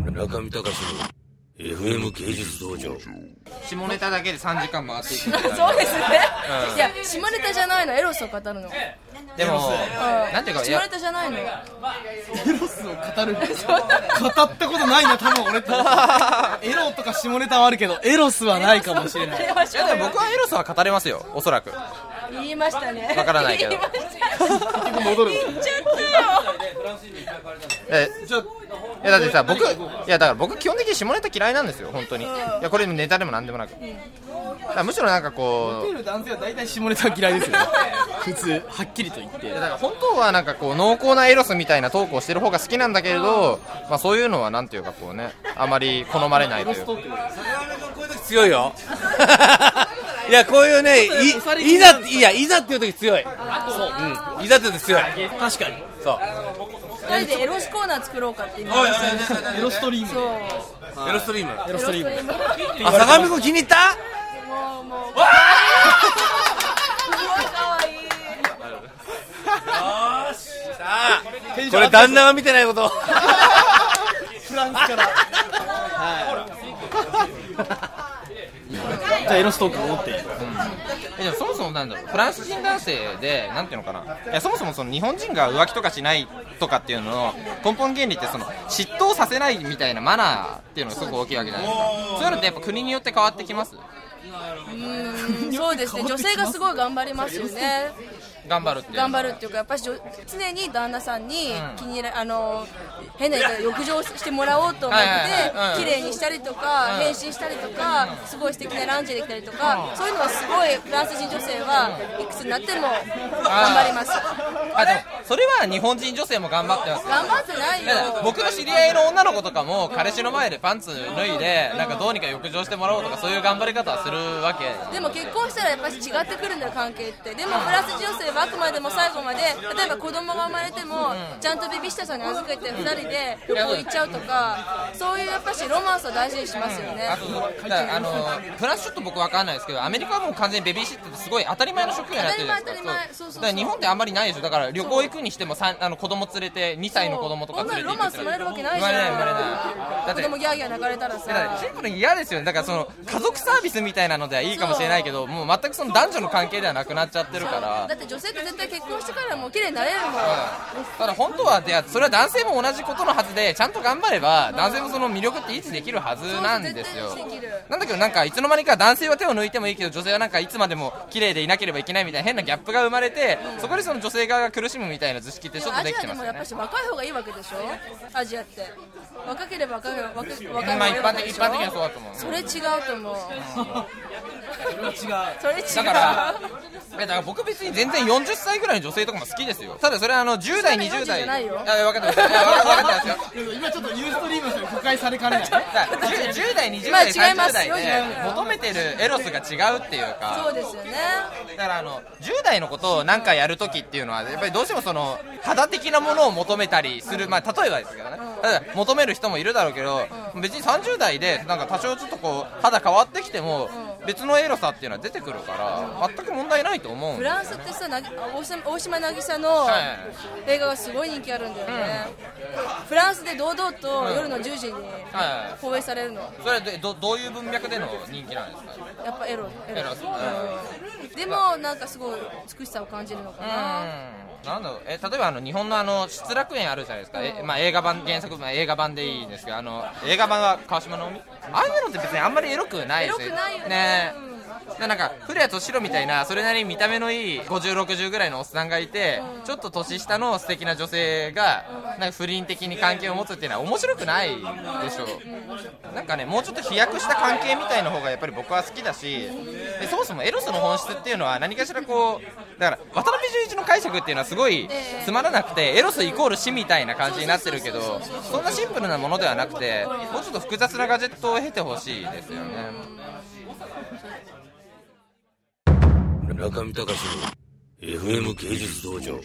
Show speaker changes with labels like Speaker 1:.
Speaker 1: 村上隆の FM 芸術道場
Speaker 2: 下ネタだ けで3時間回っていくみたいな
Speaker 3: そうですね、いや下ネタじゃないのエロスを語るの、うん、
Speaker 2: でもなんていうかい
Speaker 3: 下
Speaker 2: や
Speaker 3: ネタじゃないの
Speaker 4: エロスを語る語ったことないな多分俺ってエロとか下ネタはあるけどエロスはないかもしれない
Speaker 2: いやでも僕はエロスは語れますよおそらく
Speaker 3: 言いましたね
Speaker 2: わからないけど
Speaker 3: 言いましたね
Speaker 4: 戻る
Speaker 3: 言っちゃったよ
Speaker 2: え
Speaker 4: じゃあ
Speaker 2: いやだってさ僕いやだから僕基本的に下ネタ嫌いなんですよ本当にいやこれネタでも何でもなくだからむしろなんかこ
Speaker 4: ホ
Speaker 2: う
Speaker 4: テル男性は大体下ネタ嫌いですよ普通はっきりと言って
Speaker 2: いやだから本当はなんかこう濃厚なエロスみたいなトークをしてる方が好きなんだけれど、まあ、そういうのはなんていうかこうねあまり好まれないという
Speaker 5: 強いよ いやこういうねいいざいやいざっていう時強いそう、うん、いざっていう時強い
Speaker 4: 確かに
Speaker 5: そう
Speaker 3: 二人でエロスコーナー作ろうかって言いましたね
Speaker 4: エロストリーム
Speaker 3: そう
Speaker 5: エロストリームあ
Speaker 4: エロストリーム
Speaker 5: 坂上君気に入った
Speaker 3: もうもうわあかわいい
Speaker 5: これ旦那が見てないこと
Speaker 4: フランスからはいじゃあエロストークを持って
Speaker 2: えでもそもそもなんだろうフランス人男性でなんていうのかないやそもそもその日本人が浮気とかしないとかっていうのの根本原理ってその嫉妬させないみたいなマナーっていうのがすごく大きいわけじゃないですかそういうのってやっぱ国によって変わってきます
Speaker 3: うんそうですね女性がすごい頑張りますよね
Speaker 2: 頑張るっていうのは
Speaker 3: 頑張るっていうかやっぱり女常に旦那さんに気に入らあの変な言い方浴場してもらおうと思って
Speaker 2: はいはいはいうん
Speaker 3: 綺麗にしたりとか変身したりとかすごい素敵なランジェリー着たりとかそういうのはすごいフランス人女性はいくつになっても頑張ります
Speaker 2: あでもそれは日本人女性も頑張ってます
Speaker 3: 頑張ってない
Speaker 2: いや
Speaker 3: よ
Speaker 2: 僕の知り合いの女の子とかも彼氏の前でパンツ脱いでなんかどうにか浴場してもらおうとかそういう頑張り方はするわけ
Speaker 3: でも結婚したらやっぱり違ってくるんだよ関係ってでもフランス人女性はあくまでも最後まで例えば子供が生まれてもちゃんとベビーシッターさんに預けて2人で旅行行っちゃうとかそういうやっぱしロマンスを大事にしますよね
Speaker 2: あとだからあのフランスちょっと僕わかんないですけどアメリカはもう完全にベビーシッターってすごい当たり前の職業になってるじゃないですか
Speaker 3: 当たり前当たり前そうそうそう
Speaker 2: だから日本ってあんまりないでしょだから旅行行くにしてもさんあの子供連れて2歳の子供とか連れて行
Speaker 3: こんなロマン
Speaker 2: く
Speaker 3: ス生まれるわけないじ
Speaker 2: 生まれない
Speaker 3: ゃん
Speaker 2: 生まれないだっ
Speaker 3: 子
Speaker 2: て
Speaker 3: 供ギャーギャー泣かれたら
Speaker 2: だから
Speaker 3: さ
Speaker 2: シンプルに嫌ですよねだからその家族サービスみたいなのではいいかもしれないけどもう全くその男女の関係ではなくなっちゃってるから
Speaker 3: だって女性って絶対結婚してからもう綺麗になれるもん
Speaker 2: ただ本当はいやそれは男性も同じことのはずでちゃんと頑張れば男性もその魅力って維持できるはずなんですよ
Speaker 3: そうそう絶対維持できる
Speaker 2: なんだけどなんかいつの間にか男性は手を抜いてもいいけど女性はなんかいつまでも綺麗でいなければいけないみたいな変なギャップが生まれてそこでその女性側が苦しむみたいな図式って
Speaker 3: で
Speaker 2: ちょっと
Speaker 3: もア
Speaker 2: で
Speaker 3: ジ
Speaker 2: き
Speaker 3: ア
Speaker 2: て
Speaker 3: で
Speaker 2: ます
Speaker 3: も
Speaker 2: よ
Speaker 3: やっ
Speaker 2: ね
Speaker 3: ぱし若い方がいいわけでしょアジアって若ければ若い若い若い
Speaker 2: まあ一般的一般的にはそうだと思う
Speaker 3: それ違うと思う
Speaker 4: 違う
Speaker 3: それ
Speaker 2: だ
Speaker 3: 違う
Speaker 2: からいやだから僕別に全然40歳ぐらいの女性とかも好きですよただそれはあの10代
Speaker 3: そん
Speaker 2: 20代
Speaker 3: な40じゃないよ
Speaker 2: や分かってますいや分かってますよ
Speaker 4: 今ちょっとユーストリームさんに誤解されかねない
Speaker 2: だから 10, 10代20
Speaker 3: まあ
Speaker 2: 代
Speaker 3: 違います
Speaker 2: 30代
Speaker 3: よ違い
Speaker 2: で
Speaker 3: ます
Speaker 2: 求めてるエロスが違うっていうか
Speaker 3: そうですよね
Speaker 2: だからあの10代のことを何かやるときっていうのはやっぱりどうしてもその肌的なものを求めたりする、まあ、例えばですけどねただ求める人もいるだろうけど別に30代でなんか多少ちょっとこう肌変わってきても別のエロさっていうのは出てくるから全く問題ないと思うん
Speaker 3: フ
Speaker 2: です
Speaker 3: ランスってさなぎあ大島大島渚の
Speaker 2: はい
Speaker 3: 映画がすごい人気あるんだよね、フランスで堂々と夜の10時に
Speaker 2: はい
Speaker 3: 放映されるの
Speaker 2: それはでどどういう文脈での人気なんですか
Speaker 3: やっぱエロエロ
Speaker 2: エロス
Speaker 3: うんでもなんかすごい美しさを感じるのかな、
Speaker 2: うんなんだろうえ例えばあの日本のあの失楽園あるじゃないですか、えまあ、映画版原作、まあ、映画版でいいんですけどあの映画版は川島直美ああいうのって別にあんまりエロくないです
Speaker 3: エロくないよね
Speaker 2: ねでなんか古谷敏郎みたいなそれなりに見た目のいい5060ぐらいのおっさんがいて、ちょっと年下の素敵な女性がなんか不倫的に関係を持つっていうのは面白くないでしょうなんかねもうちょっと飛躍した関係みたいな方がやっぱり僕は好きだしでそもそもエロスの本質っていうのは何かしらこうだから渡辺淳一の解釈っていうのはすごい
Speaker 3: ええ
Speaker 2: つまらなくてエロスイコール死みたいな感じになってるけどそんなシンプルなものではなくてもうちょっと複雑なガジェットを経てほしいですよね。
Speaker 1: 村上隆の FM 芸術道場